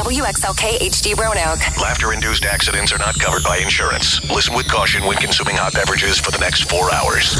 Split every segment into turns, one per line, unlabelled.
WXLK HD Roanoke.
Laughter induced accidents are not covered by insurance. Listen with caution when consuming hot beverages for the next four hours.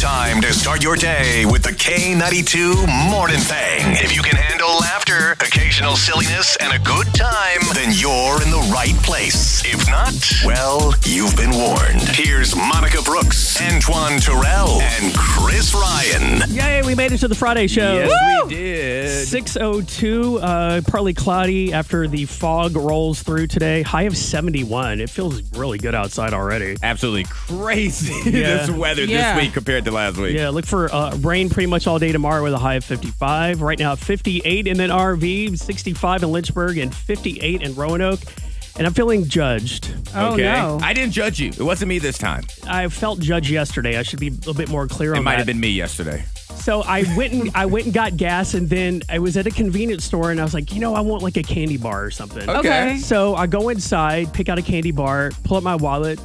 Time to start your day with the K92 Morning Thing. If you can handle laughter, occasional silliness, and a good time, then you're in the right place. If not, well, you've been warned. Here's Monica Brooks, Antoine Terrell, and Chris Ryan.
Yay, we made it to the Friday show.
Yes, we did.
602, uh, partly cloudy after the fog rolls through today. High of 71. It feels really good outside already.
Absolutely crazy
Yeah.
this weather
Yeah.
this week compared to last week.
Yeah, look for uh, rain pretty much all day tomorrow with a high of 55. Right now, 58 in an RV, 65 in Lynchburg, and 58 in Roanoke. And I'm feeling judged.
Oh
okay.
no.
I didn't judge you. It wasn't me this time.
I felt judged yesterday. I should be a little bit more clear
It
on
might
that.
have been me yesterday.
So I went and I went and got gas, and then I was at a convenience store, and I was like, you know, I want like a candy bar or something.
Okay.
So I go inside, pick out a candy bar, pull up my wallet.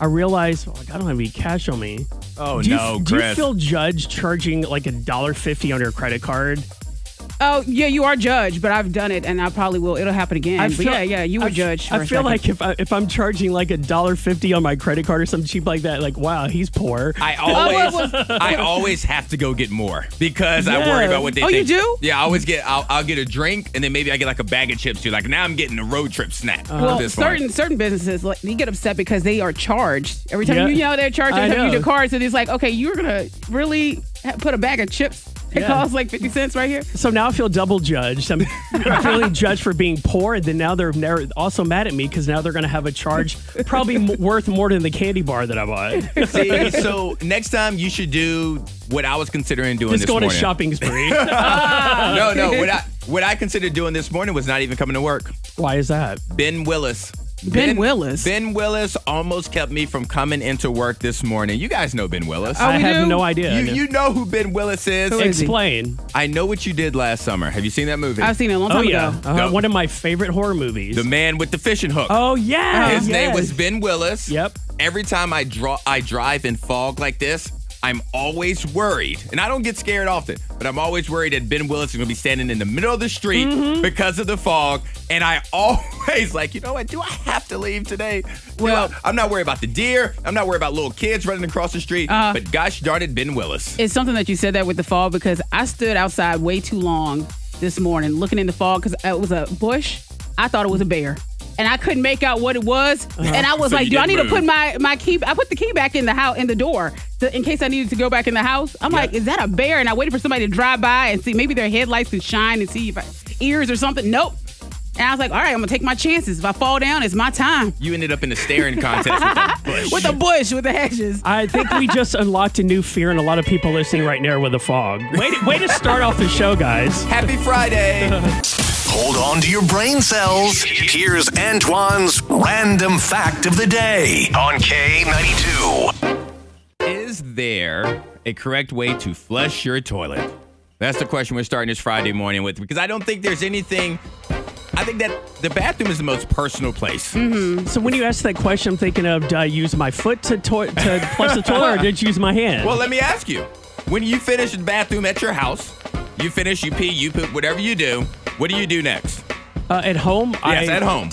I realize oh, like, I don't have any cash on me.
Oh
do you,
no,
do you
Chris.
feel judged charging like a dollar fifty on your credit card?
Oh yeah, you are judged, but I've done it, and I probably will. It'll happen again. but yeah, yeah, you were
I-
judged. For
I
a
feel
second.
like if I, if I'm charging like a dollar fifty on my credit card or something cheap like that, like wow, he's poor.
I always,
well,
Oh, I always have to go get more because I worry
Yeah.
about what they
Oh, you
think.
do?
Yeah, I always get. I'll, I'll get a drink and then maybe I get like a bag of chips too. Like now I'm getting a road trip snack. at
well,
this point.
certain certain businesses like you get upset because they are charged every time
Yeah.
you yell they're charged.
I
Every time you
know.
do cards, and it's like, okay, you're gonna really ha- put a bag of chips. It
Yeah.
costs like fifty cents right here.
So now I feel double judged. I'm, I'm feeling judged for being poor, and then now they're nar- also mad at me because now they're going to have a charge probably m- worth more than the candy bar that I bought.
See, so next time you should do what I was considering doing
Just
this
going to
morning.
shopping spree.
No, no. What I what I considered doing this morning was not even coming to work.
Why is that?
Ben Willis.
Ben Willis?
Ben Willis almost kept me from coming into work this morning. You guys know Ben Willis.
Oh,
I
we
have
do?
no idea.
you, you know who Ben Willis is.
Who is he?
Explain.
I know what you did last summer. Have you seen that movie?
I've seen it a long
Oh
time
yeah,
ago.
Uh,
Go.
one of my favorite horror movies.
The man with the fishing hook.
oh yeah,
His name
yes.
was Ben Willis.
Yep.
Every time I draw I drive in fog like this, I'm always worried. And I don't get scared often, but I'm always worried that Ben Willis is gonna be standing in the middle of the street
Mm-hmm.
because of the fog. And I always like, you know what, do I have to leave today? Do
Well-
I- I'm not worried about the deer. I'm not worried about little kids running across the street.
Uh.
but gosh darn it, Ben Willis.
It's something that you said that with the fall because I stood outside way too long this morning looking in the fall because it was a bush. I thought it was a bear. And I couldn't make out what it was. And I was
So Uh-huh.
like,
you
do I need
didn't
to put
move.
my, my key? I put the key back in the house, in the door to, in case I needed to go back in the house. I'm like, is that a bear? And I waited for somebody to drive by and see maybe their headlights can shine and see if I, ears or something. Nope. And I was like, all right, I'm going to take my chances. If I fall down, it's my time.
You ended up in a staring contest with that bush.
With the bush, with the hedges.
I think we just unlocked a new fear in a lot of people listening right now with the fog. Way to, way to start off the show, guys.
Happy Friday.
Hold on to your brain cells. Here's Antoine's random fact of the day on K92.
Is there a correct way to flush your toilet? That's the question we're starting this Friday morning with because I don't think there's anything. I think that the bathroom is the most personal place.
Mm-hmm.
So when you ask that question, I'm thinking of did I use my foot to to, to flush the toilet, or did you use my hand?
Well, let me ask you when you finish the bathroom at your house, you finish, you pee, you poop, whatever you do, what do you do next?
uh, at home,
Yes,
I
at home.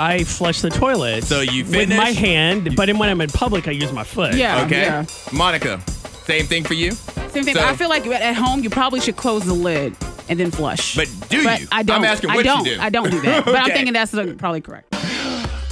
I flush the toilet.
So you
with my
finish-
hand, but then when I'm in public, I use my foot.
Yeah.
Okay.
Oh, Yeah.
Monica, same thing for you.
Same thing.
So-
but I feel like at- at home you probably should close the lid and then flush.
But do
But
you?
I don't.
I'm asking
I
what you
don't.
do.
I don't do that. But I'm
Okay.
thinking that's the, probably correct. Oh,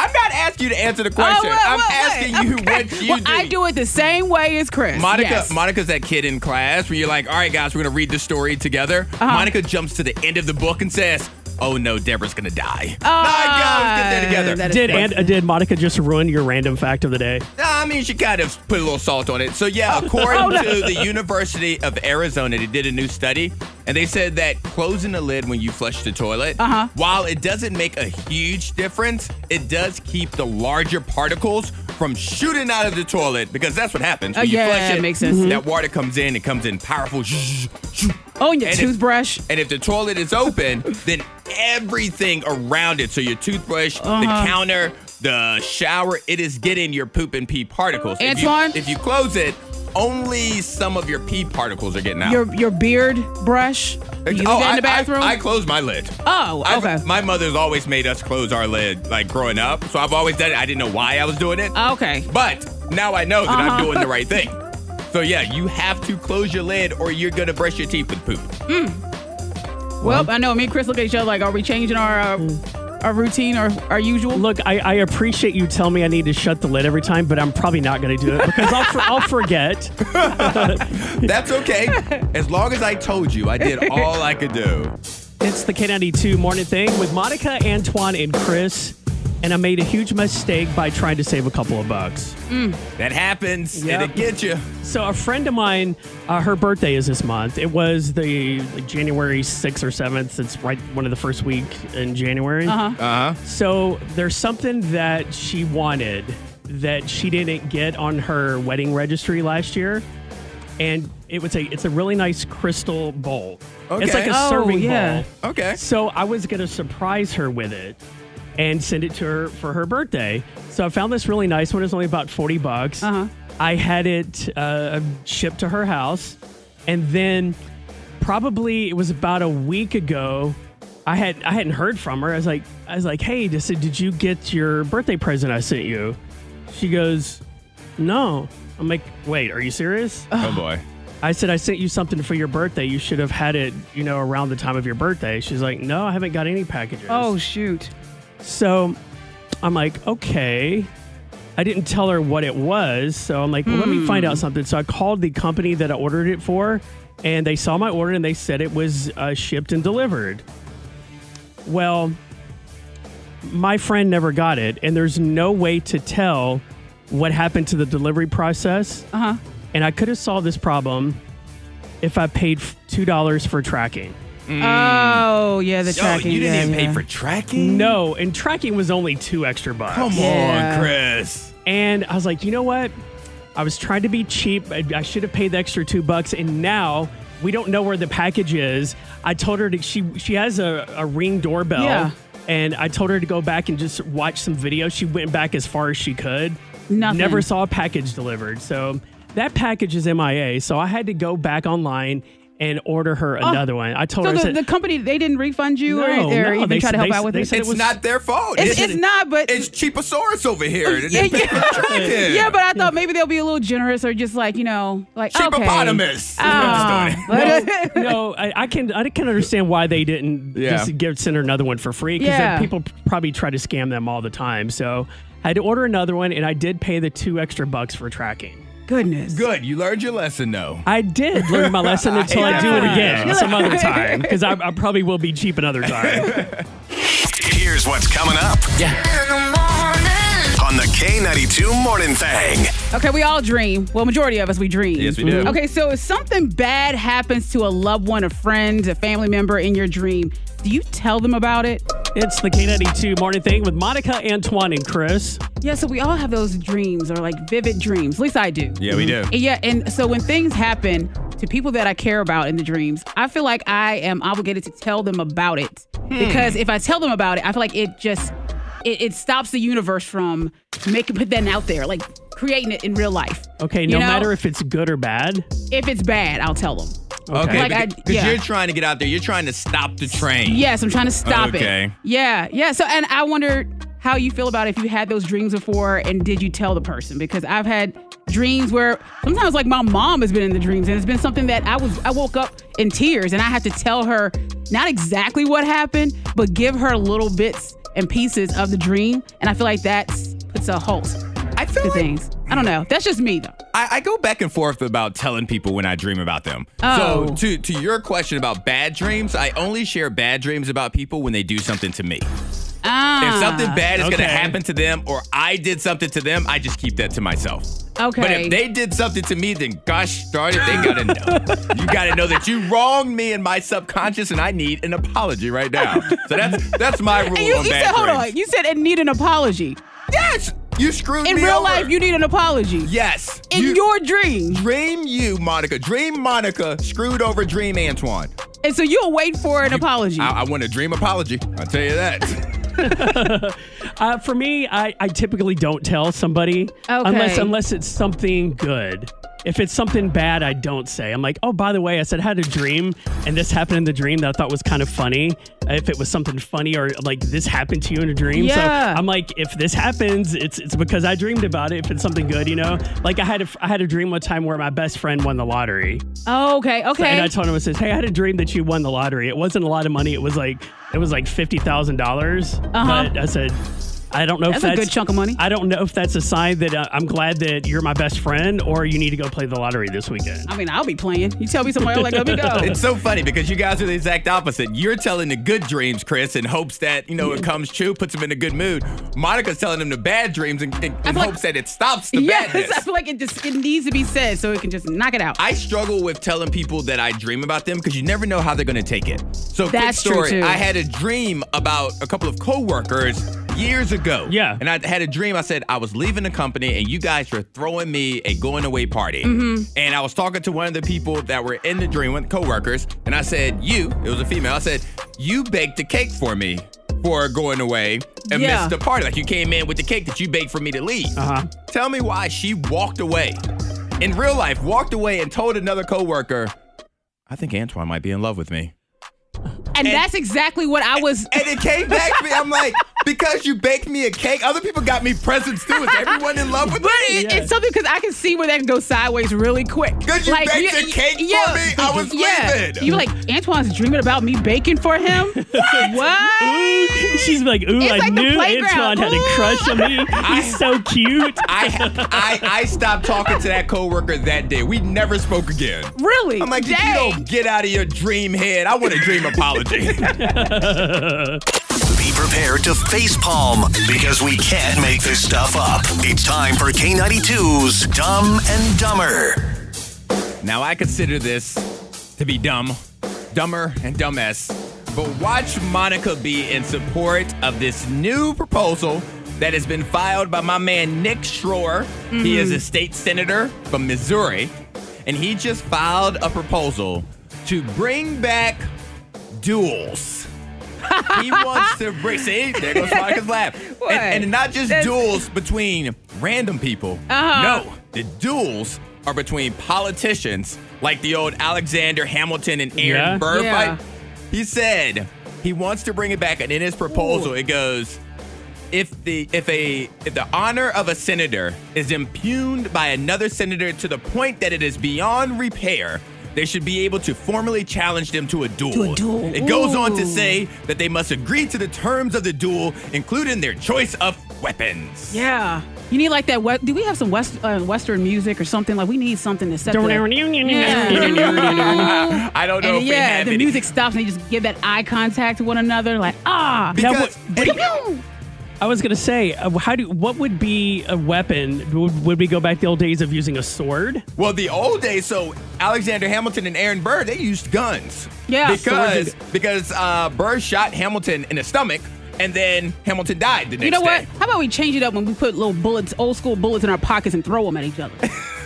I'm not asking you to answer the question.
well,
I'm
well, well,
asking you what you
well,
do.
I do it the same way as Chris.
Monica,
Yes.
Monica's that kid in class where you're like, all right, guys, we're gonna read the story together.
Uh-huh.
Monica jumps to the end of the book and says, "Oh no, Deborah's gonna die." Oh, let's get there together.
that is-
Did and, uh, did Monica just ruin your random fact of the day?
Nah, I mean, she kind of put a little salt on it. So
Oh,
yeah, according to the University of Arizona, they did a new study, and they said that closing the lid when you flush the toilet,
Uh-huh.
while it doesn't make a huge difference, it does keep the larger particles from shooting out of the toilet because that's what happens when
Oh, yeah,
you flush it.
it makes sense. Mm-hmm.
That water comes in, it comes in powerful. zzz, zzz,
Oh, and your
and it-
toothbrush.
And if the toilet is open, then everything around it, so your toothbrush, the
Uh-huh.
counter, the shower, it is getting your poop and pee particles. If you-
Antoine?
If you, close it, only some of your pee particles are getting out.
Your your beard brush. You leave
oh,
that in
I,
the bathroom.
I, I close my lid.
oh,
I've-
okay.
my mother's always made us close our lid, like growing up. So I've always done it. I didn't know why I was doing it.
okay.
But now I know that I'm
Uh-huh.
doing the right thing. So yeah, you have to close your lid or you're gonna brush your teeth with poop.
Well, I know. Me and Chris look at each other like, are we changing our uh, our routine or our usual?
Look, I, I appreciate you telling me I need to shut the lid every time, but I'm probably not going to do it because I'll, for, I'll forget.
That's okay. as long as I told you, I did all I could do.
It's the K92 morning thing with Monica, Antoine, and Chris. And I made a huge mistake by trying to save a couple of bucks.
That happens.
Yep.
It'll get you.
So a friend of mine, uh, her birthday is this month. It was the like, January 6th or 7th. It's right one of the first week in January. Uh-huh.
Uh-huh.
So there's something that she wanted that she didn't get on her wedding registry last year. And it would say it's a really nice crystal bowl. It's like
Okay.
a
Oh,
serving
yeah.
bowl.
Okay.
So I was going to surprise her with it and send it to her for her birthday. So I found this really nice one. It's only about 40 bucks.
Uh-huh.
I had it uh, shipped to her house. And then probably it was about a week ago. I had I hadn't heard from her. I was like I was like, "Hey, just said, did you get your birthday present I sent you?" She goes, "No." I'm like, "Wait, are you serious?"
Oh boy.
I said, I sent you something for your birthday. You should have had it, you know, around the time of your birthday. She's like, No, I haven't got any packages.
oh shoot.
so I'm like, Okay. I didn't tell her what it was. So I'm like, well, Let me find out something. So I called the company that I ordered it for, and they saw my order and they said it was uh, shipped and delivered. Well, my friend never got it, and there's no way to tell what happened to the delivery process. Uh huh. And I could have solved this problem if I paid f- two dollars for tracking.
Oh yeah, the tracking.
oh, you didn't
yeah,
even
yeah.
pay for tracking?
No, and tracking was only two extra bucks.
Come
Yeah.
on, Chris.
And I was like, you know what? I was trying to be cheap. I, I should have paid the extra two bucks. And now we don't know where the package is. I told her to, she she has a, a ring doorbell.
Yeah.
And I told her to go back and just watch some video. She went back as far as she could.
Nothing.
Never saw a package delivered. So that package is MIA. So I had to go back online and order her another one. I told
Oh, So
her I
the,
said,
the company they didn't refund you or,
No,
or
no,
even
they
try to
s-
help
they
out
s-
with
they
it.
said it
It's
was-
not their fault.
It's, it's not, but
It's Cheaposaurus over here. It
yeah,
didn't pay
yeah.
for tracking.
yeah, but I thought maybe they'll be a little generous or just like you know, like okay.
Cheapopotamus.
Ah.
no, no, I, I can I can understand why they didn't
Yeah.
just give send her another one for free because
Yeah.
people probably try to scam them all the time. So I had to order another one, and I did pay the two extra bucks for tracking.
uh, Goodness.
Good. You learned your lesson, though.
I did learn my lesson until I do it
Yeah.
again some other time because I, I probably will be cheap another time.
Here's what's coming up on the K92 Morning Thing.
Okay, we all dream. Well, majority of us we dream.
Yes, we do.
Okay, so if something bad happens to a loved one, a friend, a family member in your dream, do you tell them about it?
it's the K92 morning thing with Monica, Antoine, and Chris.
Yeah, so we all have those dreams or like vivid dreams. At least I do.
Yeah, we do.
And yeah, and so when things happen to people that I care about in the dreams, I feel like I am obligated to tell them about it.
Hmm.
Because if I tell them about it, I feel like it just it, it stops the universe from making put that out there, like creating it in real life.
Okay,
You
no
know?
matter if it's good or bad.
if it's bad, I'll tell them.
Okay,
Like, I-
because 'cause
yeah.
you're trying to get out there. You're trying to stop the train.
Yes, I'm trying to stop it.
Okay.
Yeah, yeah. So, and I wonder how you feel about if you had those dreams before and did you tell the person? Because I've had dreams where sometimes, like, my mom has been in the dreams and it's been something that I was, I woke up in tears and I had to tell her not exactly what happened, but give her little bits and pieces of the dream. And I feel like that's, puts a halt
I feel
to
like
things. I don't know. That's just me, though.
I, I go back and forth about telling people when I dream about them.
Oh.
So to to your question about bad dreams, I only share bad dreams about people when they do something to me.
Ah,
If something bad is
okay.
gonna happen to them or I did something to them, I just keep that to myself.
Okay.
But if they did something to me, then gosh darn it, they gotta know. you gotta know that you wronged me in my subconscious and I need an apology right now. So that's that's my rule
And you,
on
you
bad
said, hold
dreams.
on. You said it need an apology.
Yes! You screwed
In
me
real
over.
life, you need an apology.
Yes.
In
you-
your dream.
Dream you, Monica. Dream Monica screwed over Dream Antoine.
And so you'll wait for an apology.
I, I want a dream apology. I'll tell you that.
Uh, for me, I, I typically don't tell somebody unless
Okay.
unless it's something good. If it's something bad, I don't say. I'm like, oh, by the way, I said I had a dream, and this happened in the dream that I thought was kind of funny. If it was something funny or like this happened to you in a dream,
Yeah.
so I'm like, if this happens, it's it's because I dreamed about it. If it's something good, you know, like I had a, I had a dream one time where my best friend won the lottery.
Oh, okay, okay.
And I told him, I says, "Hey, I had a dream that you won the lottery. It wasn't a lot of money. It was like it was like fifty thousand dollars." But I said, "I don't know
Uh-huh. That's a
if that's
good chunk of money.
I don't know if that's a sign that uh, I'm glad that you're my best friend, or you need to go play the lottery this weekend."
I mean, I'll be playing. You tell me somewhere, I'm like, let me go.
It's so funny because you guys are the exact opposite. You're telling the good dreams, Chris, in hopes that, you know, it comes true, puts them in a good mood. Monica's telling them the bad dreams in, in, in
feel like-
hopes that it stops the
Yes, I
badness.
feel like it just it needs to be said so it can just knock it out.
I struggle with telling people that I dream about them because you never know how they're going to take it. So,
That's
quick
true,
story.
too.
I had a dream about a couple of coworkers years ago.
Yeah.
And I had a dream. I said I was leaving the company and you guys were throwing me a going away party.
Mm-hmm.
And I was talking to one of the people that were in the dream, one of the coworkers, and I said, "You." It was a female. I said, "You baked the cake for me." For going away and
Yeah.
missed the party. Like you came in with the cake that you baked for me to leave.
Uh-huh.
Tell me why she walked away. In real life, walked away and told another coworker, I think Antoine might be in love with me.
and, that's exactly what I was.
And it came back to me. I'm like, because you baked me a cake, other people got me presents too. Is everyone in love with
But
me?
it, it's something because I can see where that can go sideways really quick.
Could you bake the cake for me? I was
yeah.
livid.
You were like Antoine's dreaming about me baking for him. what?
Ooh, she's like, ooh,
It's
I
like the
knew Antoine
playground.
had a
Ooh."
crush on me. He's so cute.
I, I I stopped talking to that coworker that day. We never spoke again.
Really?
I'm like, if you
Dang.
don't get out of your dream head, I want a dream apology.
Be prepared to facepalm because we can't make this stuff up. It's time for K92's Dumb and Dumber.
Now I consider this to be dumb, dumber and dumbass. But watch Monica be in support of this new proposal that has been filed by my man Nick Schroer. He is a state senator from Missouri, and he just filed a proposal to bring back duels. he wants to bring. See, there goes Monica's laugh.
What?
And, and not just
That's-
duels between random people.
Uh-huh.
No, the duels are between politicians, like the old Alexander Hamilton and Aaron
Yeah.
Burr
Yeah.
fight. He said he wants to bring it back, and in his proposal, it goes. If the if a if the honor of a senator is impugned by another senator to the point that it is beyond repair, they should be able to formally challenge them to a duel.
To a duel.
It goes on to
Ooh.
say that they must agree to the terms of the duel, including their choice of weapons.
Yeah. You need like that. What? Do we have some West uh, Western music or something? Like we need something to set. The,
I don't know
and
if we
yeah,
have
the
any.
music stops and they just give that eye contact to one another. Like ah.
Now,
Because-
what- I was gonna say, uh, how do what would be a weapon? Would, would we go back to the old days of using a sword?
Well, the old days, so Alexander Hamilton and Aaron Burr, they used guns.
Yeah.
Because
Swords
because uh, Burr shot Hamilton in the stomach, and then Hamilton died the next
You know what?
day.
How about we change it up when we put little bullets, old school bullets in our pockets and throw them at each other?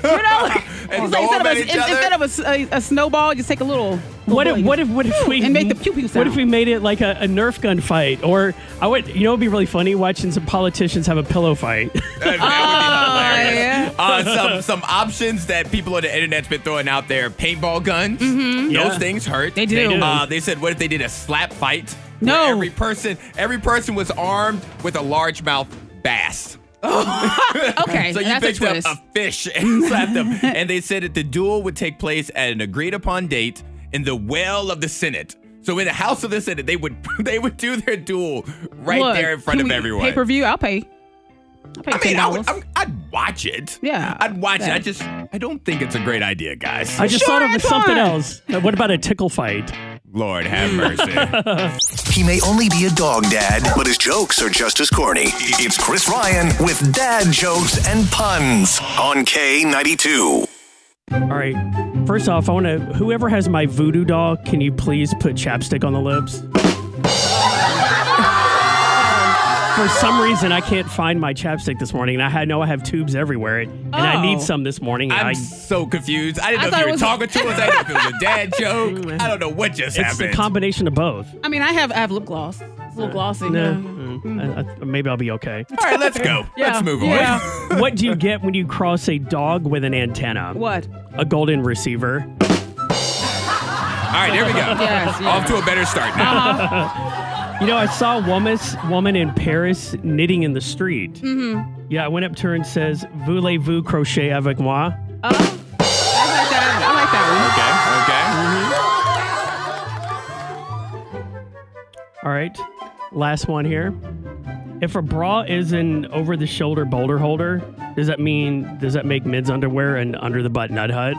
You know, like,
And
it's
throw
like instead,
'em
of
at
a,
each
in-
other?
instead of a s- a, a snowball, just take a little. little
What if,
bullet.
what if what if we
and make the pew pew
What
sound.
if we made it like a, a Nerf gun fight? Or I would, you know, it'd be really funny watching some politicians have a pillow fight.
Uh, that would be
Oh, yeah.
hilarious. Uh, some some options that people on the internet's been throwing out there: paintball guns. Those
Yeah.
things hurt.
Mm-hmm. They do. They do.
Uh, they said, what if they did a slap fight?
No.
Where every person, every person was armed with a largemouth bass.
Okay,
So you
that's a
picked
twist.
up a fish and slapped them. And they said that the duel would take place at an agreed upon date in the well of the Senate. So in the House of the Senate, they would they would do their duel right
Look,
there in front
can
of
we-
everyone.
Pay per view, I'll pay. I'll pay
I mean, I would,
$10.
I would- I'd watch it.
Yeah,
I'd watch it.
yeah.
I just I don't think it's a great idea, guys.
I just
Sure,
thought of
it's
something
fun.
else. Uh, What about a tickle fight?
Lord have mercy.
He may only be a dog dad, but his jokes are just as corny. It's Chris Ryan with dad jokes and puns on K92.
All right. First off, I want to. Whoever has my voodoo doll, can you please put chapstick on the lips? For some reason, I can't find my chapstick this morning, and I had- know I have tubes everywhere, and I
Oh.
need some this morning. And I,
I'm so confused. I
I
didn't know if you
thought it
were
was- Mm.
talking to us. I didn't know if it was a dad joke. I don't know what just
it's a
happened.
combination of both.
I mean, I have I have lip gloss. It's a little glossy.
No.
yeah.
Mm, I- I- maybe I'll be okay.
All right, let's go.
Yeah.
Let's move on.
Yeah.
what do you get when you cross a dog with an antenna?
What?
A golden receiver.
All right, there we go.
Yes, yes.
Off to a better start now.
You know, I saw a woman, woman in Paris knitting in the street. Mm-hmm. Yeah, I went up to her and says, Voulez-vous crochet avec moi?
Oh, I like that. I like
Okay,
that one.
okay.
All right, last one here. If a bra is an over-the-shoulder boulder holder, does that mean does that make mids underwear and under the butt nut hut?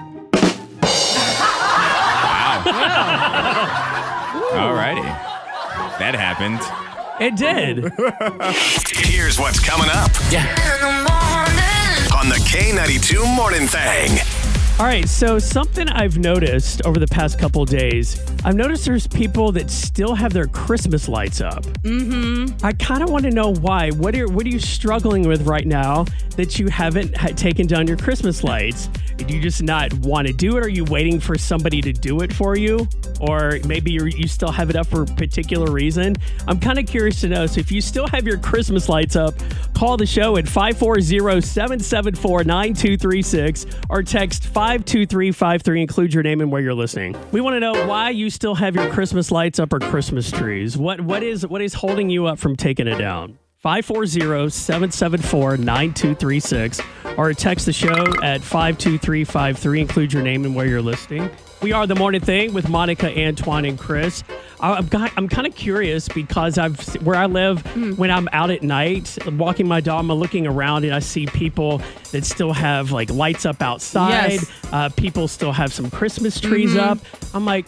All righty. That happened.
It did.
Here's what's coming up on the K92 Morning Thing.
All right, so something I've noticed over the past couple days, I've noticed there's people that still have their Christmas lights up. Mm-hmm. I kind of want to know why. What are What are you struggling with right now that you haven't ha- taken down your Christmas lights? Do you just not want to do it? Are you waiting for somebody to do it for you, or maybe you you still have it up for a particular reason? I'm kind of curious to know. So if you still have your Christmas lights up, call the show at 540-774-9236 or text 52353 include your name and where you're listening. We want to know why you still have your Christmas lights up or Christmas trees. What what is what is holding you up from taking it down? 540-774-9236 or text the show at 52353 include your name and where you're listening. We are the morning thing with Monica, Antoine, and Chris. I- I've got, I'm kind of curious because I've where I live when I'm out at night walking my dog, I'm looking around and I see people that still have like lights up outside.
Yes.
Uh, people still have some Christmas trees
Mm-hmm.
up. I'm like.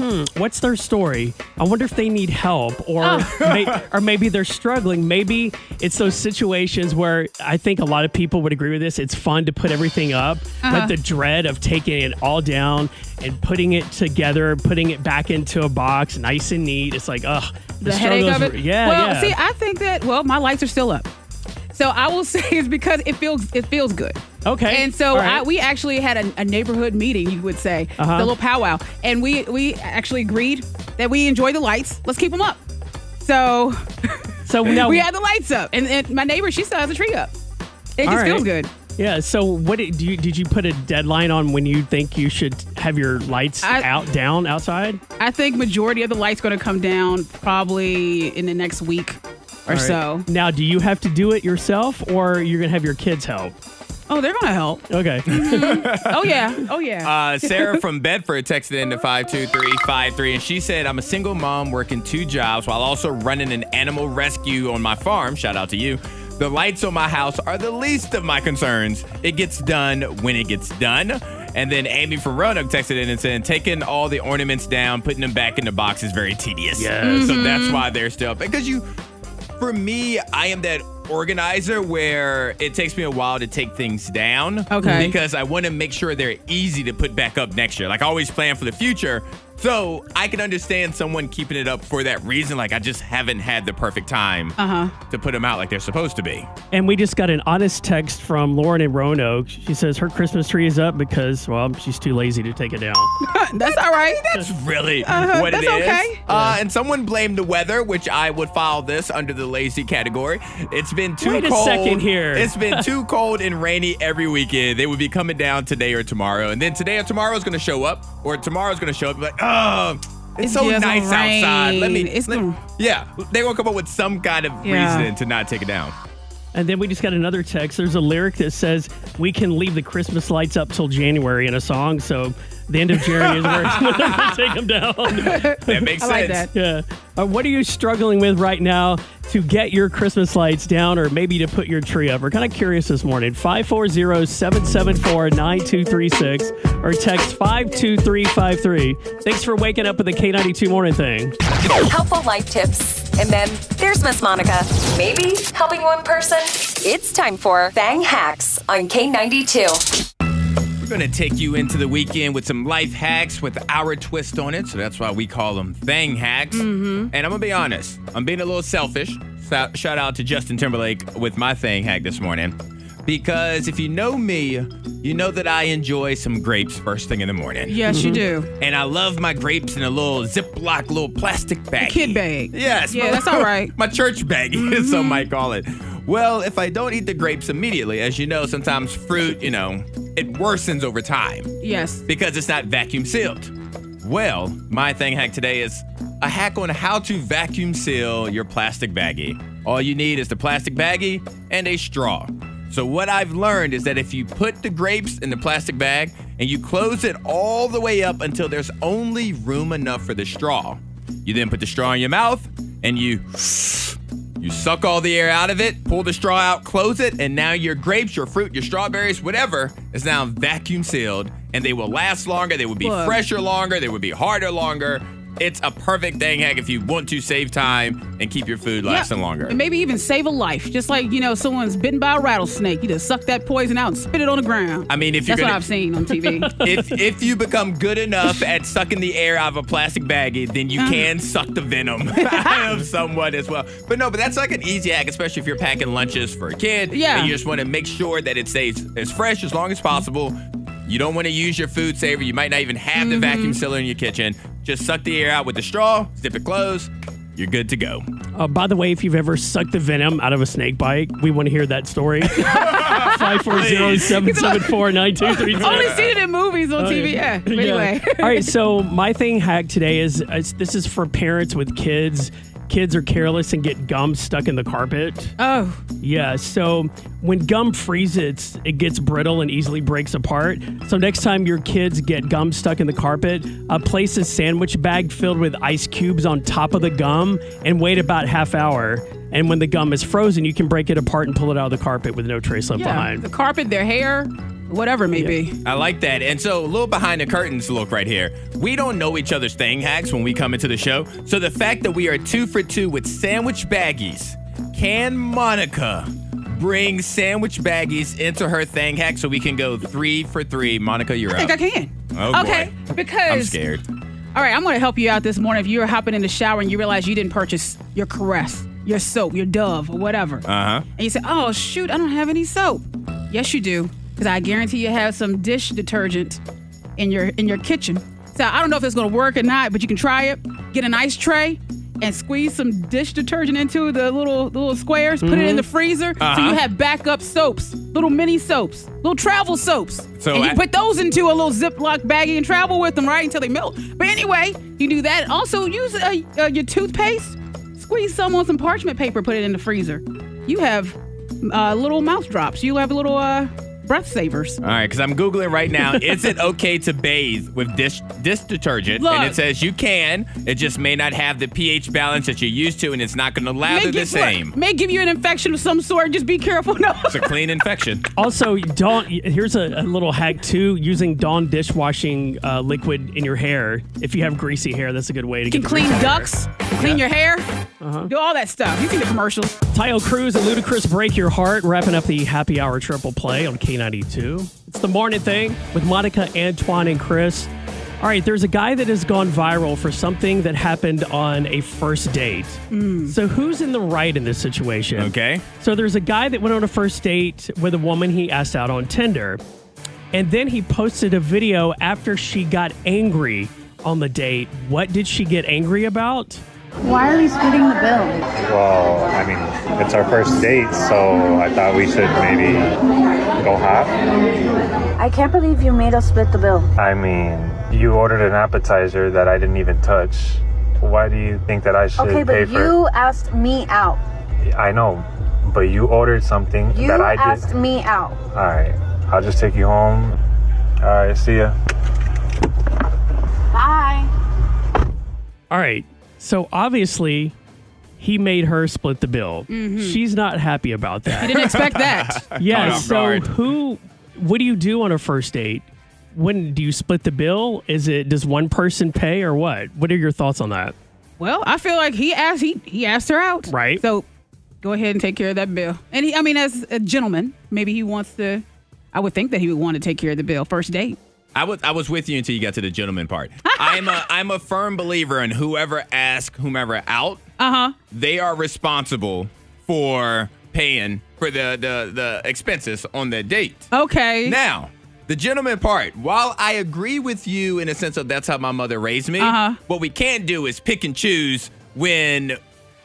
Hmm, what's their story? I wonder if they need help or
Ah.
may, or maybe they're struggling. Maybe it's those situations where I think a lot of people would agree with this. It's fun to put everything up,
Uh-huh.
but the dread of taking it all down and putting it together, putting it back into a box, nice and neat. It's like, ugh,
the headache of
struggle's-
it.
Yeah,
Well,
yeah.
see, I think that well, my lights are still up. So I will say it's because it feels it feels good.
Okay.
And so
All right.
I, we actually had a, a neighborhood meeting, you would say,
Uh-huh.
the little powwow, and we we actually agreed that we enjoy the lights. Let's keep them up. So
so now
we had the lights up, and, and my neighbor she still has a tree up. It
All
just feels
right.
good.
Yeah. So, what did do you did you put a deadline on when you think you should have your lights
I-
out down outside?
I think majority of the lights going to come down probably in the next week or
All right.
so.
Now, do you have to do it yourself, or you're gonna have your kids help?
Oh, they're going to help.
Okay.
Oh yeah. Oh yeah.
Uh, Sarah from Bedford texted in to 52353, and she said, I'm a single mom working two jobs while also running an animal rescue on my farm. Shout out to you. The lights on my house are the least of my concerns. It gets done when it gets done. And then Amy from Roanoke texted in and said, taking all the ornaments down, putting them back in the box is very tedious.
Yes.
So that's why they're still because you for me, I am that organizer where it takes me a while to take things down.
Okay.
Because I want to make sure they're easy to put back up next year. Like I always plan for the future. So I can understand someone keeping it up for that reason. Like I just haven't had the perfect time to put them out like they're supposed to be.
and we just got an honest text from Lauren in Roanoke. She says her Christmas tree is up because, well, she's too lazy to take it down.
that's all right.
Uh, That's really
Uh-huh,
what it is.
that's okay.
Uh, and someone blamed the weather, which I would file this under the lazy category. It's been too
Wait a
cold.
second here.
It's been too cold and rainy every weekend. They would be coming down today or tomorrow. And then today or tomorrow is going to show up, or tomorrow is going to show up and be like, oh, it's,
It's
so
just
nice
rain.
outside. Let me.
It's
let-
gonna-
yeah, they will come up with some kind of
Yeah.
reason to not take it down.
And then we just got another text. There's a lyric that says, "We can leave the Christmas lights up till January" in a song. So the end of January is where it's when they're gonna take them down.
That makes
I like
sense.
that.
Yeah. Uh, what are you struggling with right now to get your Christmas lights down or maybe to put your tree up? We're kind of curious this morning. 540 774 9236 or text 52353. Thanks for waking up with the K92 morning thing.
Helpful life tips. And then there's Miss Monica. Maybe helping one person. It's time for Thang Hacks on K92.
We're going to take you into the weekend with some life hacks with our twist on it. So that's why we call them thing hacks.
Mm-hmm.
And I'm going to be honest, I'm being a little selfish. So shout out to Justin Timberlake with my thing hack this morning. because if you know me, you know that I enjoy some grapes first thing in the morning.
Yes, you do.
And I love my grapes in a little Ziploc, little plastic bag.
Kid bag.
Yes.
Yeah, that's all right. Mm-hmm.
My church bag, some might call it. Well, if I don't eat the grapes immediately, as you know, sometimes fruit, you know, it worsens over time
Yes.
because it's not vacuum sealed. Well, my thing hack today is a hack on how to vacuum seal your plastic baggie. All you need is the plastic baggie and a straw. So, what I've learned is that if you put the grapes in the plastic bag and you close it all the way up until there's only room enough for the straw, you then put the straw in your mouth and you you suck all the air out of it, pull the straw out, close it, and now your grapes, your fruit, your strawberries, whatever, is now vacuum sealed and they will last longer. They will be
Look.
fresher longer. They will be harder longer. It's a perfect thing hack if you want to save time and keep your food lasting
Yeah.
longer.
And maybe even save a life. Just like, you know, someone's bitten by a rattlesnake. You just suck that poison out and spit it on the ground.
I mean, if you're
That's what
gonna-
I've seen on TV.
if if you become good enough at sucking the air out of a plastic baggie, then you can suck the venom out of someone as well. But no, but that's like an easy hack, especially if you're packing lunches for a kid.
Yeah.
And you just want to make sure that it stays as fresh as long as possible. You don't want to use your food saver. You might not even have the vacuum sealer in your kitchen. Just suck the air out with the straw, zip it closed. You're good to go.
Uh, by the way, if you've ever sucked the venom out of a snake bite, we want to hear that story. 540-774-9232.
Only seen it in movies on
Oh,
TV. Yeah. But anyway.
All right. So my thing hack today is, is this is for parents with kids. Kids are careless and get gum stuck in the carpet.
Oh,
Yeah. So when gum freezes, it gets brittle and easily breaks apart. So next time your kids get gum stuck in the carpet, uh, place a sandwich bag filled with ice cubes on top of the gum and wait about half hour. And when the gum is frozen, you can break it apart and pull it out of the carpet with no trace left
yeah.
behind.
The carpet, their hair, whatever it may be.
I like that. And so, a little behind the curtains look right here. We don't know each other's thing hacks when we come into the show. So, the fact that we are two for two with sandwich baggies, can Monica bring sandwich baggies into her thing hack so we can go three for three? Monica, you're
I
up.
think I can.
Oh, boy.
okay. Because
I'm scared.
All right, I'm going to help you out this morning. If you were hopping in the shower and you realize you didn't purchase your caress, your soap, your dove, or whatever, uh-huh. and you say, "Oh shoot, I don't have any soap." Yes, you do, because I guarantee you have some dish detergent in your in your kitchen. So I don't know if it's going to work or not, but you can try it. Get an ice tray and squeeze some dish detergent into the little the little squares. Put it in the freezer so you have backup soaps, little mini soaps, little travel soaps.
So
and you
I-
put those into a little Ziploc baggie and travel with them, right, until they melt. But anyway, you do that. Also, use uh, uh, your toothpaste, squeeze some on some parchment paper, put it in the freezer. You have uh, little mouth drops. You have little uh, breath savers.
All right, because I'm Googling right now. Is it okay to bathe with dish, dish detergent? and
Look.
it says you can. It just may not have the pH balance that you're used to, and it's not going to
May
lather the
give- look,
same.
may give you an infection of some sort. Just be careful. No.
It's a clean infection.
Also, don't. Here's a, a little hack too: using Dawn dishwashing uh, liquid in your hair. If you have greasy hair, that's a good way to
You
get
can
the
clean
grease out.
ducks, clean your hair, do all that stuff. You see the commercials.
Tyo Cruz and Ludacris break your heart, wrapping up the happy hour triple play on K92. It's the morning thing with Monica, Antoine, and Chris. All right, there's a guy that has gone viral for something that happened on a first date. So who's in the right in this situation?
Okay.
So there's a guy that went on a first date with a woman he asked out on Tinder. And then he posted a video after she got angry on the date. What did she get angry about?
Why are we splitting the bill?
Well, I mean, it's our first date, so I thought we should maybe go hot.
I can't believe you made us split the bill.
I mean, you ordered an appetizer that I didn't even touch. Why do you think that I should
Okay,
pay
but
for?
you asked me out.
I know, but you ordered something
You
that I did.
asked me out.
All right, I'll just take you home. All right, see ya.
Bye.
All right. So obviously, he made her split the bill. She's not happy about that.
Didn't expect that.
yeah.
off
So
guard.
who? What do you do on a first date? When do you split the bill? Is it does one person pay or what? What are your thoughts on that?
well, I feel like he asked he he asked her out.
Right.
So go ahead and take care of that bill. And he, I mean, as a gentleman, maybe he wants to. I would think that he would want to take care of the bill first date.
I was I was with you until you got to the gentleman part. I'm a I'm a firm believer in whoever asks whomever out,
Uh huh.
they are responsible for paying for the the the expenses on the date.
Okay.
Now, the gentleman part, while I agree with you in a sense of that's how my mother raised me,
Uh-huh.
what we can't do is pick and choose when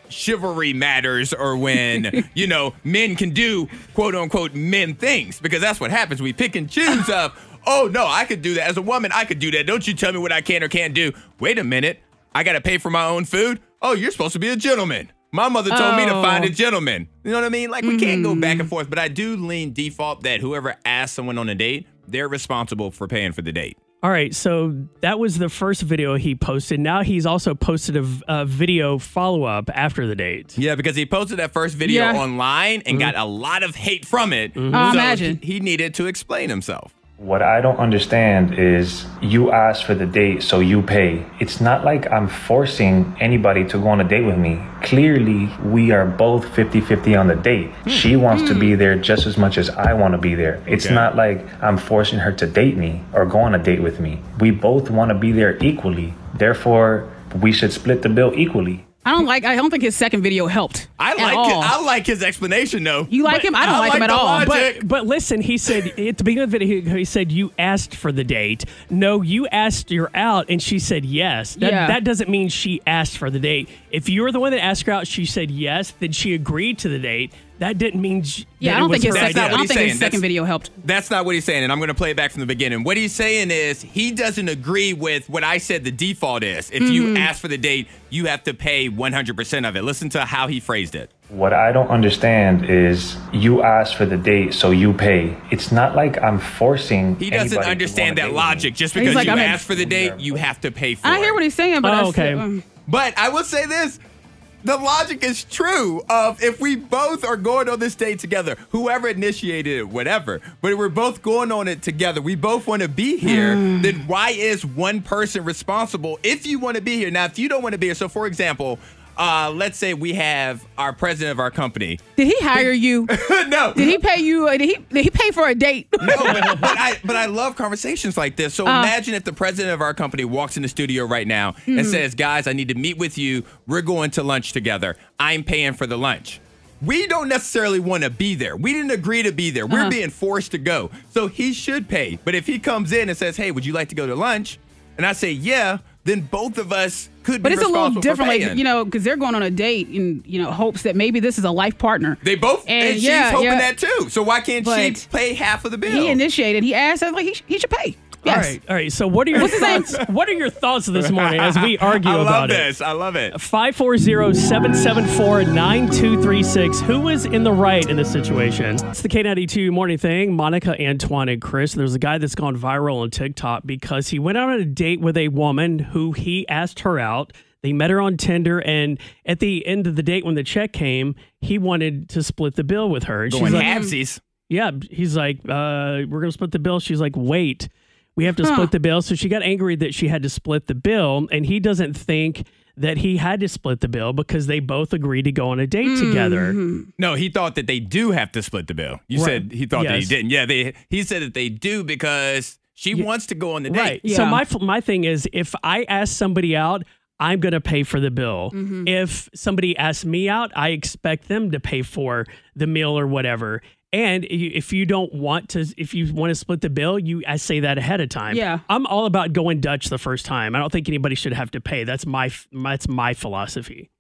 chivalry matters or when, you know, men can do quote unquote men things because that's what happens. We pick and choose of, oh no, I could do that. As a woman, I could do that. Don't you tell me what I can or can't do. Wait a minute. I got to pay for my own food. Oh, you're supposed to be a gentleman. My mother told me to
Oh.
find a gentleman. You know what I mean? Like we can't go back and forth, but I do lean default that whoever asks someone on a date, they're responsible for paying for the date.
All right, so that was the first video he posted. Now he's also posted a, v- a video follow up after the date.
Yeah, because he posted that first video
Yeah.
online
Mm-hmm.
and got a lot of hate from it.
Oh,
So
imagine.
he, he needed to explain himself.
What I don't understand is you asked for the date, so you pay. It's not like I'm forcing anybody to go on a date with me. Clearly, we are both 50 50 on the date.
Hmm.
She wants to be there just as much as I want to be there. It's
Okay.
not like I'm forcing her to date me or go on a date with me. We both want to be there equally. Therefore, we should split the bill equally.
I don't like. I don't think his second video helped.
I
at
like
all.
I like his explanation though.
You like
But
him? I don't like him at
the
all,
logic.
But but listen, he said at the beginning of the video, he, he said you asked for the date. No, you asked her out, and she said yes. That,
Yeah.
that doesn't mean she asked for the date. If you were the one that asked her out, she said yes, then she agreed to the date. That didn't mean. She,
yeah,
that
I
it
don't
was
think his
her
second.
idea.
I
What
don't
he's
think
saying,
his
that's-
second video helped.
That's not what he's saying, and I'm going to play it back from the beginning. What he's saying is he doesn't agree with what I said the default is. If
Mm-hmm.
you ask for the date, you have to pay 100% of it. Listen to how he phrased it.
What I don't understand is you asked for the date, so you pay. It's not like I'm forcing.
He doesn't
anybody to
understand
go on a
that
date
logic.
with me.
Just
He's
because
like,
you
I'm in-
asked for the date, you have to pay for
I
it.
hear what he's saying, but
Oh,
I
okay.
still, um,
But I will say this. The logic is true of if we both are going on this date together, whoever initiated it, whatever, but we're both going on it together, we both want to be here, then why is one person responsible if you want to be here? Now, if you don't want to be here, so for example, uh, let's say we have our president of our company.
Did he hire you? did
no,
he pay you? Uh, did he? Did he pay for a date?
no, but, but I but I love conversations like this. So
Uh.
imagine if the president of our company walks in the studio right now
Mm-hmm.
and says, "Guys, I need to meet with you. We're going to lunch together. I'm paying for the lunch." We don't necessarily want to be there. We didn't agree to be there.
Uh-huh.
We're being forced to go. So he should pay. But if he comes in and says, "Hey, would you like to go to lunch?" and I say, "Yeah," then both of us could
But
be
it's a little
responsible for
different, like
paying.
you know, because they're going on a date in you know hopes that maybe this is a life partner.
They both and, she's hoping that too. So why can't
But
she pay half of the bill?
He initiated. He asked. I was like, he, sh- he should pay. Yes.
All right, all right. So what are your
What's his name?
thoughts? What are your thoughts this morning as we argue
I love
about it?
this. I love it.
540-774-9236. Who was in the right in this situation? It's the K92 morning thing. Monica, Antoine, and Chris. There's a guy that's gone viral on TikTok because he went out on a date with a woman who he asked her out. They met her on Tinder, and at the end of the date, when the check came, he wanted to split the bill with her. And
Going
like,
halfsies.
yeah, he's like, uh, we're going to split the bill. She's like, wait, we have to split the bill. So she got angry that she had to split the bill. And he doesn't think that he had to split the bill because they both agreed to go on a date together.
No, he thought that they do have to split the bill. You
Right.
said he thought that he
Yes.
didn't. Yeah, they he said that they do because she wants to go on the date.
Right. So
Yeah.
my, my thing is if I ask somebody out, I'm going to pay for the bill.
Mm-hmm.
If somebody asks me out, I expect them to pay for the meal or whatever. And i- if you don't want to, if you want to split the bill, you I say that ahead of time.
Yeah.
I'm all about going Dutch the first time. I don't think anybody should have to pay. That's my f- my- that's my philosophy.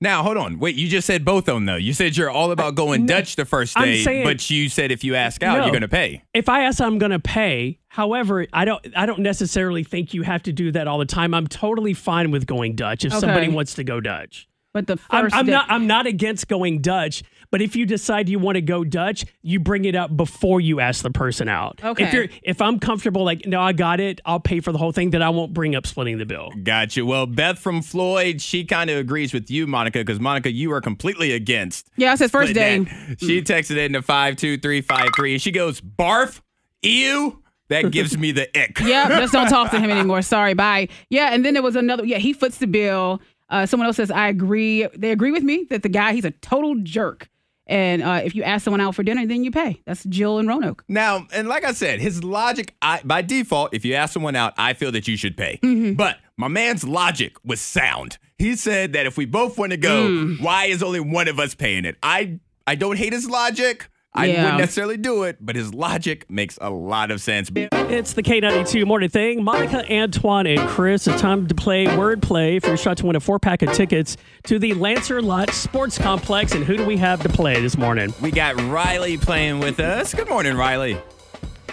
Now, hold on. Wait, you just said both of them though. You said you're all about going Dutch the first
I'm
day,
saying-
but you said if you ask out,
No.
you're going to pay.
If I ask I'm going to pay, however, I don't I don't necessarily think you have to do that all the time. I'm totally fine with going Dutch if somebody
Okay.
wants to go Dutch.
But the 1st
I'm, I'm
date-
not I'm not against going Dutch, but if you decide you want to go Dutch, you bring it up before you ask the person out.
Okay.
If you're if I'm comfortable like no, I got it. I'll pay for the whole thing, then I won't bring up splitting the bill.
Gotcha. Well, Beth from Floyd, she kind of agrees with you, Monica, because Monica, you are completely against.
Yeah, I said first day.
splitting that. She
Mm.
texted in to five two three five three. She goes, "Barf, ew." That gives me the ick.
Yeah, just don't talk to him anymore. Sorry, bye. Yeah, and then there was another. Yeah, he foots the bill. Uh, someone else says, I agree. They agree with me that the guy, he's a total jerk. And uh, if you ask someone out for dinner, then you pay. That's Jill and Roanoke.
Now, and like I said, his logic, I, by default, if you ask someone out, I feel that you should pay. But my man's logic was sound. He said that if we both want to go, why is only one of us paying it? I I don't hate his logic. I
Yeah.
wouldn't necessarily do it, but his logic makes a lot of sense.
It's the K92 morning thing. Monica, Antoine, and Chris. It's time to play wordplay for your shot to win a four pack of tickets to the Lancer Lot Sports Complex. And who do we have to play this morning?
We got Riley playing with us. Good morning, Riley.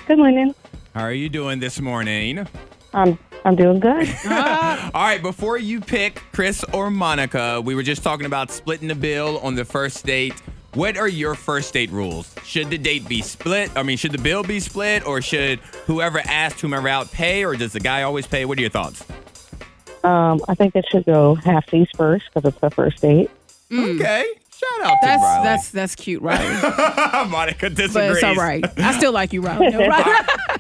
Good morning.
How are you doing this morning?
Um, I'm doing good.
All right, before you pick Chris or Monica, we were just talking about splitting the bill on the first date. What are your first date rules? Should the date be split? I mean, should the bill be split or should whoever asked whomever out pay or does the guy always pay? What are your thoughts?
Um, I think it should go half fees first because it's the first date.
Okay. Shout out
Mm. That's
to Riley.
that's that's cute, Riley.
Monica disagrees.
But it's all right. I still like you, Riley. No, Riley.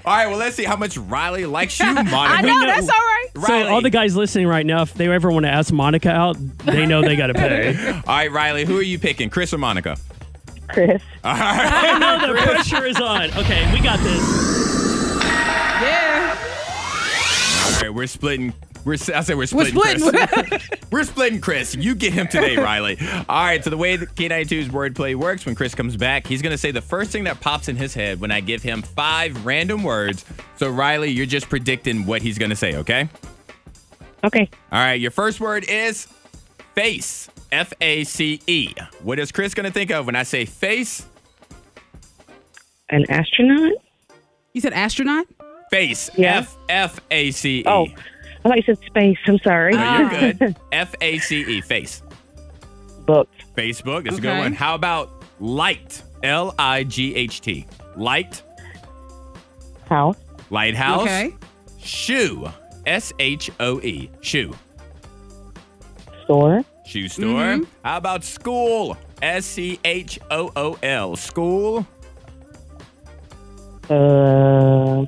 All right, well, let's see how much Riley likes you, Monica.
I know that's all right.
Riley.
So, all the guys listening right now, if they ever want to ask Monica out, they know they got to pay.
all right, Riley, who are you picking, Chris or Monica?
Chris,
I know the pressure is on. Okay, we got this.
Yeah,
All right, we're splitting. We're, I said we're
we're
splitting.
splitting.
Chris. We're splitting Chris. You get him today, Riley. All right, so the way that K92's wordplay works, when Chris comes back, he's going to say the first thing that pops in his head when I give him five random words. So, Riley, you're just predicting what he's going to say, okay?
okay,
All right, your first word is face. F A C E. What is Chris going to think of when I say face?
an astronaut.
you said astronaut.
Face.
Yeah.
F F A C E.
Oh, I thought you said space. I'm sorry.
No,
Ah.
you're good. F A C E. Face.
Booked.
Facebook. That's a good
Okay.
one. How about light? L I G H T. Light.
House.
Lighthouse.
Okay.
Shoe. S H O E. Shoe.
Store.
Shoe store.
Mm-hmm.
How about school? S C H O O L. School.
Uh,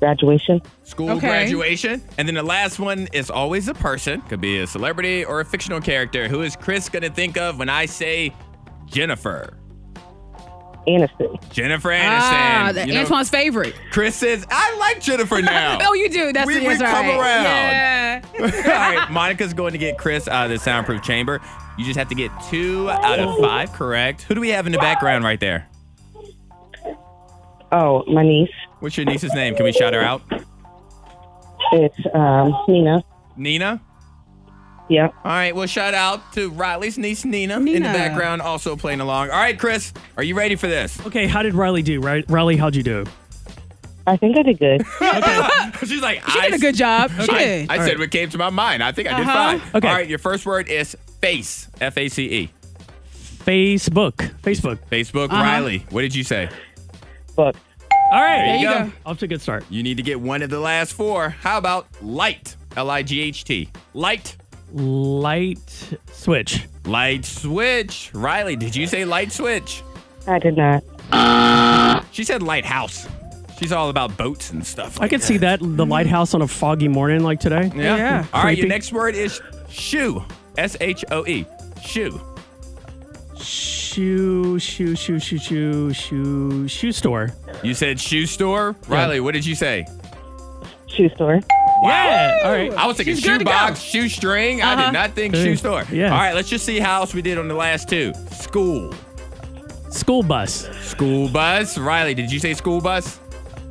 graduation.
School
Okay.
graduation. And then the last one is always a person. Could be a celebrity or a fictional character. Who is Chris going to think of when I say Jennifer?
Aniston.
Jennifer Aniston.
Ah, the,
You know,
Antoine's favorite.
Chris says, I like Jennifer now.
Oh, you do. That's
We-
the
we
answer.
come
All right.
around.
Yeah.
All right, Monica's going to get Chris out of the soundproof chamber. You just have to get two out of five correct. Who do we have in the background right there?
Oh, my niece.
What's your niece's name? Can we shout her out?
It's um, Nina.
Nina?
Yep.
All right, well, shout out to Riley's niece, Nina, in the
Nina.
background, also playing along. All right, Chris, are you ready for this?
Okay, how did Riley do? Ri- Riley, how'd you do?
I think I did good.
She's like,
She
I,
did a good job. She
I,
did.
I said what came to my mind. I think I did
Uh-huh.
fine.
Okay.
All right, your first word is face, F A C E.
Facebook. Facebook.
Facebook,
Uh-huh.
Riley. What did you say?
Booked.
All right.
There you
There you go. go.
Off to a good start.
You need to get one of the last four. How about light? L I G H T. Light.
Light switch.
Light switch. Riley, did you say light switch?
I did not.
She said lighthouse. She's all about boats and stuff.
I
like
could see that the lighthouse on a foggy morning like today.
Yeah.
Yeah.
All right, your
Creepy.
next word is shoe. S H O E. Shoe.
Shoe, shoe, shoe, shoe, shoe, shoe, shoe store.
You said shoe store. Riley, what did you say?
Shoe store.
Yeah. All right.
I was thinking
She's
shoe
good to go. Uh-huh.
box, shoe string. I did not think
Hey,
shoe store.
yeah.
All right, let's just see how else we did on the last two. School.
School bus.
School bus. Riley, did you say school bus?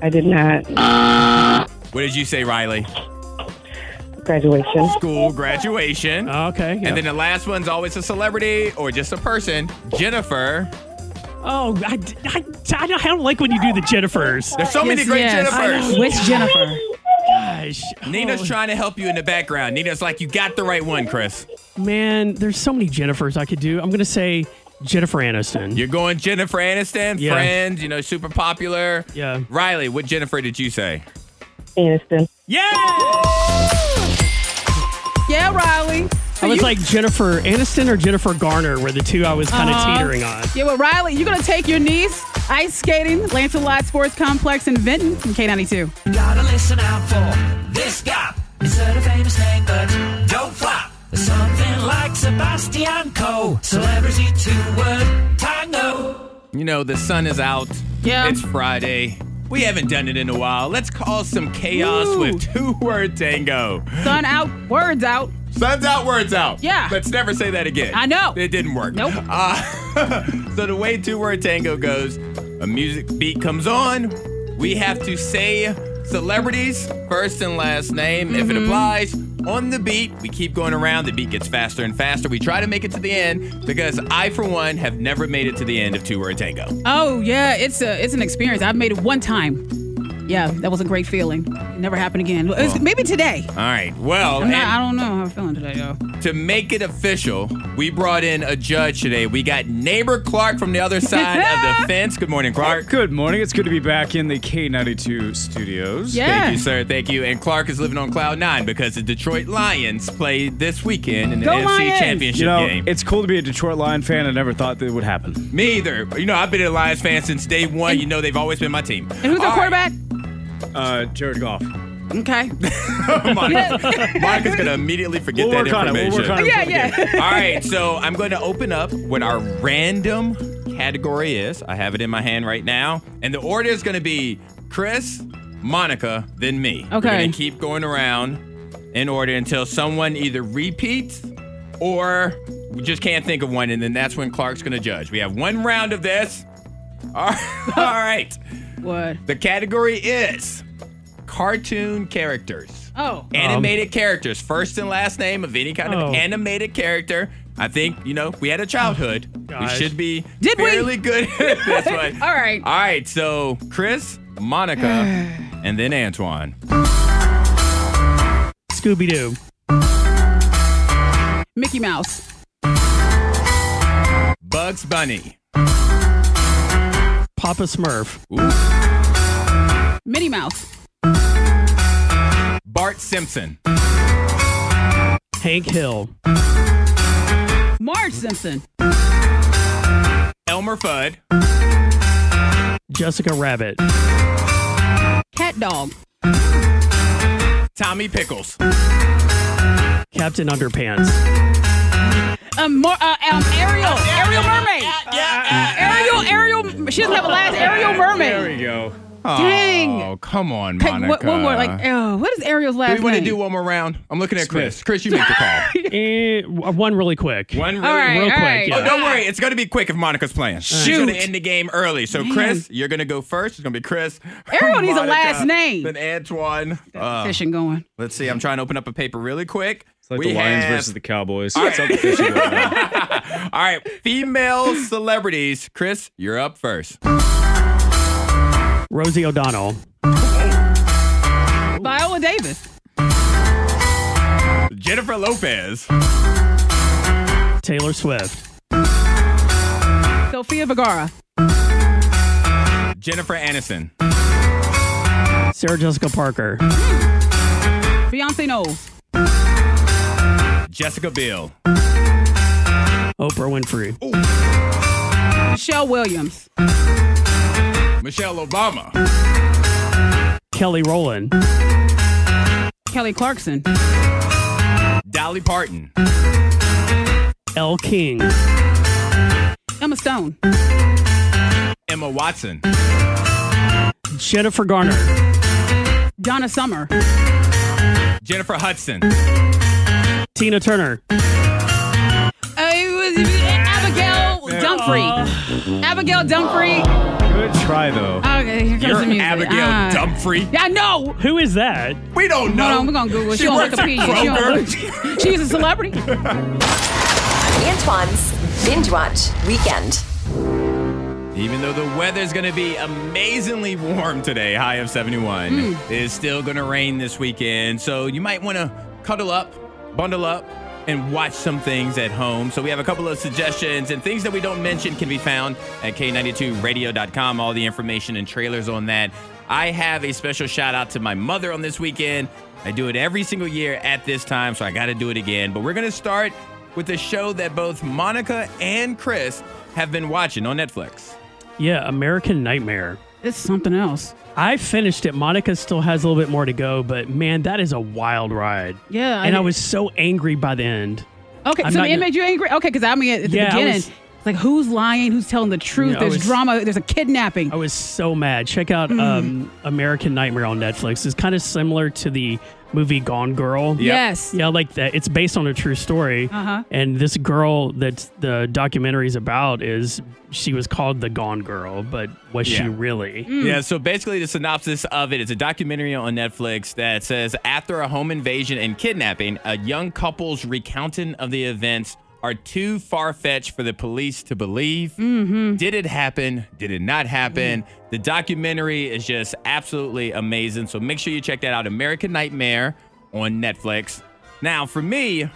I did not.
What did you say, Riley?
Graduation.
School graduation.
Okay. Oh, yeah.
And then the last one's always a celebrity or just a person. Jennifer.
oh, I, I, I don't- I don't like when you do the Jennifers.
There's so many
Yes,
great
yes.
Jennifers.
Which Jennifer?
Gosh.
Nina's
Oh,
trying to help you in the background. Nina's like, you got the right one, Chris.
Man, there's so many Jennifers I could do. I'm gonna say Jennifer Aniston.
You're going Jennifer Aniston,
Yeah.
friends, you know, super popular.
Yeah.
Riley, what Jennifer did you say?
Aniston.
Yeah.
Yeah, Riley.
I was like Jennifer Aniston or Jennifer Garner were the two I was kind of teetering on.
Yeah, well, Riley, you're going to take your niece ice skating, Lancelot Sports Complex in Vinton from K92.
Gotta listen out for this guy. Is that a famous name, but don't flop. Something like Sebastian Coe, celebrity two-word tango.
You know, the sun is out.
Yeah.
It's Friday. We haven't done it in a while. Let's cause some chaos
Woo.
with two word tango.
Sun out, words out.
Sun's out, words out.
Yeah.
Let's never say that again.
I know.
It didn't work.
Nope.
Uh, So the way two word tango goes, a music beat comes on. We have to say celebrities first and last name if
Mm-hmm.
it applies. On the beat, we keep going around. The beat gets faster and faster. We try to make it to the end because I, for one, have never made it to the end of Two Word Tango.
Oh yeah, it's a it's an experience. I've made it one time. Yeah, that was a great feeling. Never happened again. It was- maybe today.
All right. Well,
I'm not-
and-
I don't know how I'm feeling today, though.
To make it official, we brought in a judge today. We got neighbor Clark from the other side of the fence. Good morning, Clark.
Good morning. It's good to be back in the K92 studios.
Yeah.
Thank you, sir. Thank you. And Clark is living on cloud nine because the Detroit Lions play this weekend in the
Go
NFC
Lions!
Championship
You know,
game.
it's cool to be a Detroit Lion fan. I never thought that would happen.
Me either. You know, I've been a Lions fan since day one. You know, they've always been my team.
And who's
All right.
our quarterback?
Uh, Jared Goff.
Okay.
Monica- Monica's going to immediately forget
We'll
that
work on it. We'll
information.
work on it.
yeah, yeah.
All right, so I'm going to open up what our random category is. I have it in my hand right now, and the order is going to be Chris, Monica, then me. We're
Okay.
going to keep going around in order until someone either repeats or we just can't think of one, and then that's when Clark's going to judge. We have one round of this. All right. All right.
What?
The category is cartoon characters.
Oh.
Animated characters, first and last name of any kind
Oh.
of animated character. I think, you know, we had a childhood. we
Gosh.
should be
Did we?
fairly good at this one.
All right.
All right, so Chris, Monica, and then Antoine.
Scooby Doo.
Mickey Mouse.
Bugs Bunny.
Papa Smurf.
Minnie Mouse.
Bart Simpson.
Hank Hill.
Marge Simpson.
Elmer Fudd.
Jessica Rabbit.
Cat Dog.
Tommy Pickles.
Uh,
Captain Underpants.
Um, more, uh, um, Ariel. Ariel Mermaid. Ariel, Ariel. She doesn't have a last. Ariel
There
Mermaid.
we go.
Dang.
Oh, come on,
Okay,
Monica.
what, one more. Like, E. oh, what is Ariel's last
do we want to
name?
do one more round? I'm looking at Chris.
Smith.
Chris, you make the call.
Eh, one really quick.
one really
all right,
real
all
quick,
right.
yeah.
Oh, don't worry. It's going to be quick if Monica's playing. She's going to end the game early. So, Chris, you're going to go first. It's going to be Chris.
Everyone Mm-hmm. needs a
Monica,
last name.
Then Antoine. Uh,
Fishing going.
let's see. I'm trying to open up a paper really quick.
It's like
we
the Lions
have,
versus the Cowboys. Oh, It's something fishy going on.
All right. Female celebrities. Chris, you're up first.
Rosie O'Donnell.
Viola Davis.
Jennifer Lopez.
Taylor Swift.
Sophia Vergara.
Jennifer Aniston.
Sarah Jessica Parker.
Beyonce Knowles.
Jessica Biel.
Oprah Winfrey.
Michelle Williams.
Michelle Obama.
Kelly Rowland.
Kelly Clarkson.
Dolly Parton.
L. King.
Emma Stone.
Emma Watson.
Jennifer Garner.
Donna Summer.
Jennifer Hudson.
Tina Turner.
Oh, it was Abigail Dumfrey. Abigail Dumfrey.
Good try, though.
Okay, here comes
You're
the music.
Abigail
Ah.
Dumfrey.
Yeah, I know.
Who is that?
We don't know.
Hold on, we're gonna Google. She,
She
on
works at
Wikipedia. She on-
Kroger.
She's a celebrity.
Antoine's Binge Watch Weekend.
Even though the weather's going to be amazingly warm today, high of 71, it is still going to rain this weekend. So you might want to cuddle up, bundle up, and watch some things at home. So we have a couple of suggestions, and things that we don't mention can be found at k92radio.com. All the information and trailers on that. I have a special shout out to my mother on this weekend. I do it every single year at this time, so I got to do it again. But we're going to start with a show that both Monica and Chris have been watching on Netflix.
Yeah, American Nightmare.
It's something else.
I finished it. Monica still has a little bit more to go, but man, that is a wild ride.
Yeah, I
and I,
mean-
was so angry by the end.
Okay,
I'm
so
not
it
gonna-
made you angry. Okay, because I mean, at the
Yeah, I
beginning,
was-
it's like who's lying, who's telling the truth.
Yeah, I
there's
was- Oh,
drama. There's a kidnapping.
I
Hmm.
was so mad. Check out um, American Nightmare on Netflix. It's kind of similar to the movie Gone Girl?
Yep.
Yes.
Yeah, like that. It's based on a true story.
Uh-huh.
And this girl that the documentary's about is she was called the Gone Girl, but was she
Yeah.
really?
Mm.
Yeah, so basically, the synopsis of it is a documentary on Netflix that says after a home invasion and kidnapping, a young couple's recounting of the events are too far fetched for the police to believe. Did it happen? Did it not happen? The documentary is just absolutely amazing. So make sure you check that out American Nightmare on Netflix. Now, for me,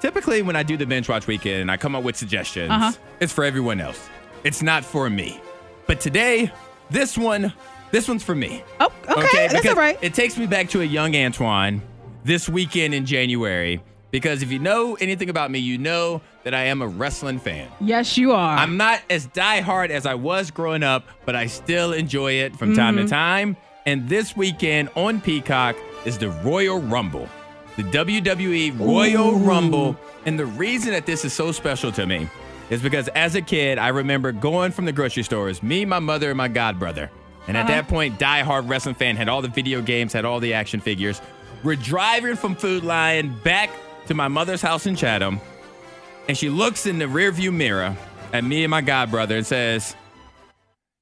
typically when I do the binge watch weekend and I come up with suggestions,
Uh-huh.
it's for everyone else. It's not for me. But today, this one, this one's for me.
Oh, okay. That's
because
all right.
It takes me back to a young Antoine this weekend in January. Because if you know anything about me, you know that I am a wrestling fan.
yes, you are.
I'm not as diehard as I was growing up, but I still enjoy it from time to time. And this weekend on Peacock is the Royal Rumble, the WWE Royal Rumble. And the reason that this is so special to me is because as a kid, I remember going from the grocery stores, me, my mother, and my godbrother. And at that point, diehard wrestling fan had all the video games, had all the action figures. We're driving from Food Lion back to my mother's house in Chatham and she looks in the rearview mirror at me and my god brother and says,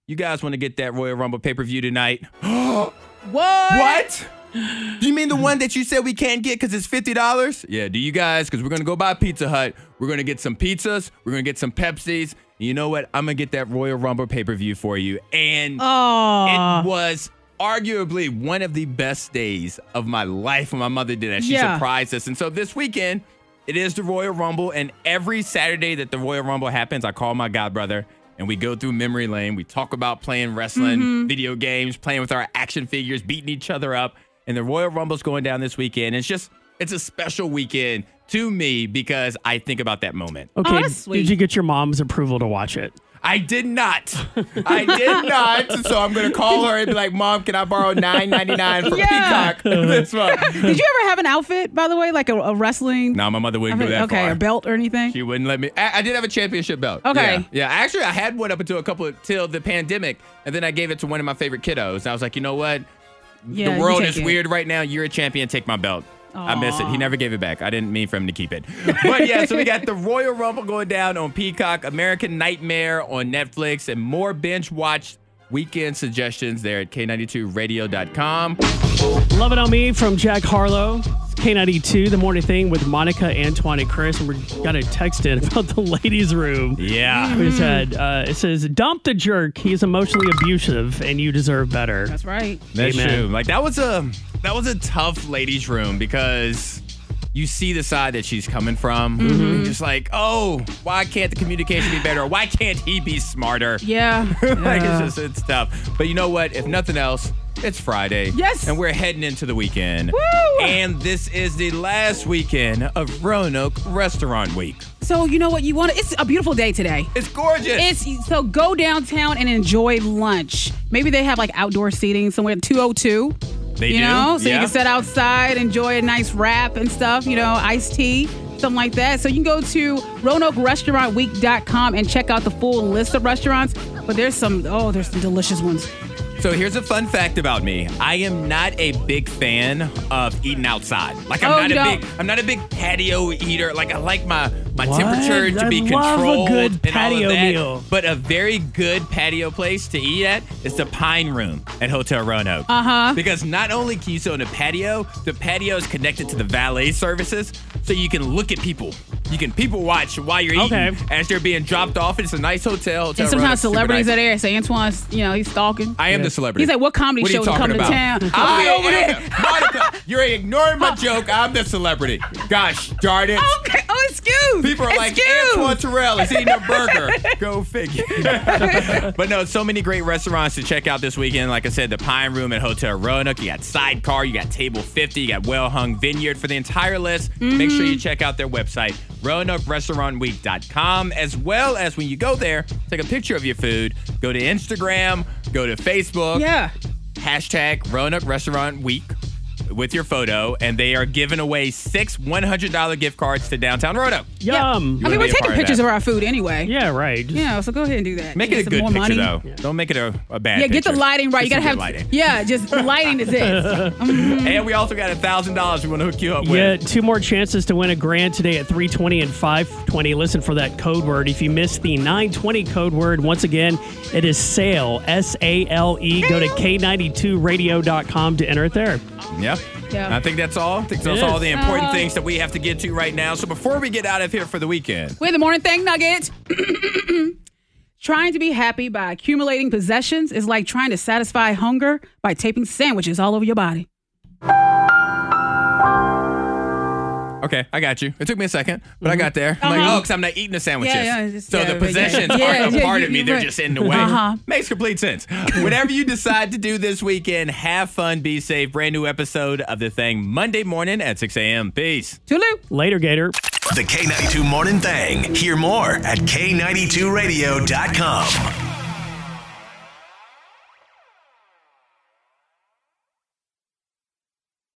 "You guys want to get that Royal Rumble pay per view tonight?"
what?
what? Do you mean the one that you said we can't get because it's fifty dollars? Yeah. Do you guys? Because we're gonna go by Pizza Hut. We're gonna get some pizzas. We're gonna get some Pepsis. And you know what? I'm gonna get that Royal Rumble pay per view for you. And
Oh.
it was arguably one of the best days of my life when my mother did that. She
Yeah.
surprised us. And so this weekend, it is the Royal Rumble. And every Saturday that the Royal Rumble happens, I call my godbrother and we go through memory lane. We talk about playing wrestling, video games, playing with our action figures, beating each other up. And the Royal Rumble's going down this weekend. It's just, it's a special weekend to me because I think about that moment.
Okay.
Oh, that's sweet.
did you get your mom's approval to watch it?
I did not. I did not. So I'm gonna call her and be like, "Mom, can I borrow nine ninety nine for
Yeah.
Peacock this month?"
Did you ever have an outfit, by the way, like a, a wrestling?
No, my mother wouldn't go
outfit?
that
okay,
far.
a belt or anything?
She wouldn't let me. I, I did have a championship belt.
Okay.
Yeah. yeah. Actually, I had one up until a couple of, till the pandemic, and then I gave it to one of my favorite kiddos. And I was like, you know what?
yeah,
the
you
world
take
is
it.
weird right now. You're a champion. Take my belt. I miss it. He never gave it back. I didn't mean for him to keep it. But yeah, so we got the Royal Rumble going down on Peacock, American Nightmare on Netflix, and more binge watch weekend suggestions there at K92radio.com.
Love It On Me from Jack Harlow. It's K92, The Morning Thing with Monica, Antoine, and Chris. And we got a text in about the ladies' room.
Yeah.
We just had, uh, it says, dump the jerk. He's emotionally abusive and you deserve better.
That's right.
That's
Amen.
true. Like that was a that was a tough ladies' room because you see the side that she's coming from.
Mm-hmm.
Just like, oh, why can't the communication be better? Why can't he be smarter?
Yeah.
like
Yeah.
it's just it's tough. But you know what? If nothing else, it's Friday.
Yes.
And we're heading into the weekend.
Woo!
And this is the last weekend of Roanoke Restaurant Week.
So you know what you want? to It's a beautiful day today.
It's gorgeous.
It's so go downtown and enjoy lunch. Maybe they have like outdoor seating somewhere, two hundred two.
They
you
do,
know, so
yeah.
you can sit outside, enjoy a nice wrap and stuff. You know, iced tea, something like that. So you can go to RoanokeRestaurantWeek.com and check out the full list of restaurants. But there's some oh, there's some delicious ones.
So here's a fun fact about me. I am not a big fan of eating outside. Like I'm
Oh,
not
you
a
don't?
big I'm not a big patio eater. Like I like my my
What?
temperature to
I
be
love a
controlled
good
and all
patio
of that.
meal.
But a very good patio place to eat at is the Pine Room at Hotel Roanoke.
Uh-huh.
Because not only can you sit on a patio, the patio is connected to the valet services, so you can look at people. You can people watch while you're eating
Okay.
as they're being dropped off. It's a nice hotel. Hotel
And sometimes
Roanoke's super
celebrities
nice.
are there. So Antoine's, you know, he's stalking.
I am the celebrity.
He's like, what comedy
are you
show would
talking
come to
about?
town? I'll be
I
over
am-
there.
Monica, you're ignoring my joke. I'm the celebrity. Gosh darn it.
Okay. Oh, excuse.
People are like,
excuse.
Antoine Terrell is eating a burger. Go figure. but no, so many great restaurants to check out this weekend. Like I said, the Pine Room at Hotel Roanoke. You got Sidecar, you got Table 50, you got Well Hung Vineyard for the entire list. Make sure
Mm-hmm.
you check out their website, RoanokeRestaurantWeek.com. As well as when you go there, take a picture of your food, go to Instagram, go to Facebook
Yeah.
hashtag Roanoke Restaurant Week. with your photo, and they are giving away six $100 gift cards to Downtown Roanoke.
Yum.
I
wanna
mean, we're
be a part
taking
of
pictures
that.
of our food anyway.
Yeah, right. Just-
Yeah, so go ahead and do that.
Make
Get
it a
some
good
more
picture,
money.
though. Don't make it a, a bad
Yeah, get the
picture.
lighting right.
Just
you gotta
some
have
good lighting.
Yeah, just the lighting is it.
And we also got $1,000 we want to hook you up with.
Yeah, two more chances to win a grand today at 320 and 520. Listen for that code word. If you missed the 920 code word, once again, it is SALE, S A L E. Go to K92radio.com to enter it there.
Yeah.
Yeah.
I think that's all. I think that's
is.
all the important
Uh,
things that we have to get to right now. So before we get out of here for the weekend,
With the morning thing, Nuggets. trying to be happy by accumulating possessions is like trying to satisfy hunger by taping sandwiches all over your body.
okay, I got you. It took me a second, but I got there. I'm like,
Uh-huh.
oh, because I'm not eating the sandwiches.
Yeah, yeah, just-
so
yeah,
the
yeah.
possessions
Yeah,
aren't a
yeah,
part
you-
of me;
you're
they're
right.
just in the way.
Uh-huh.
Makes complete sense. Whatever you decide to do this weekend, have fun, be safe. Brand new episode of the thing Monday morning at 6 a.m. Peace.
Tulu.
Later, Gator.
The K92 Morning Thing. Hear more at K92Radio.com.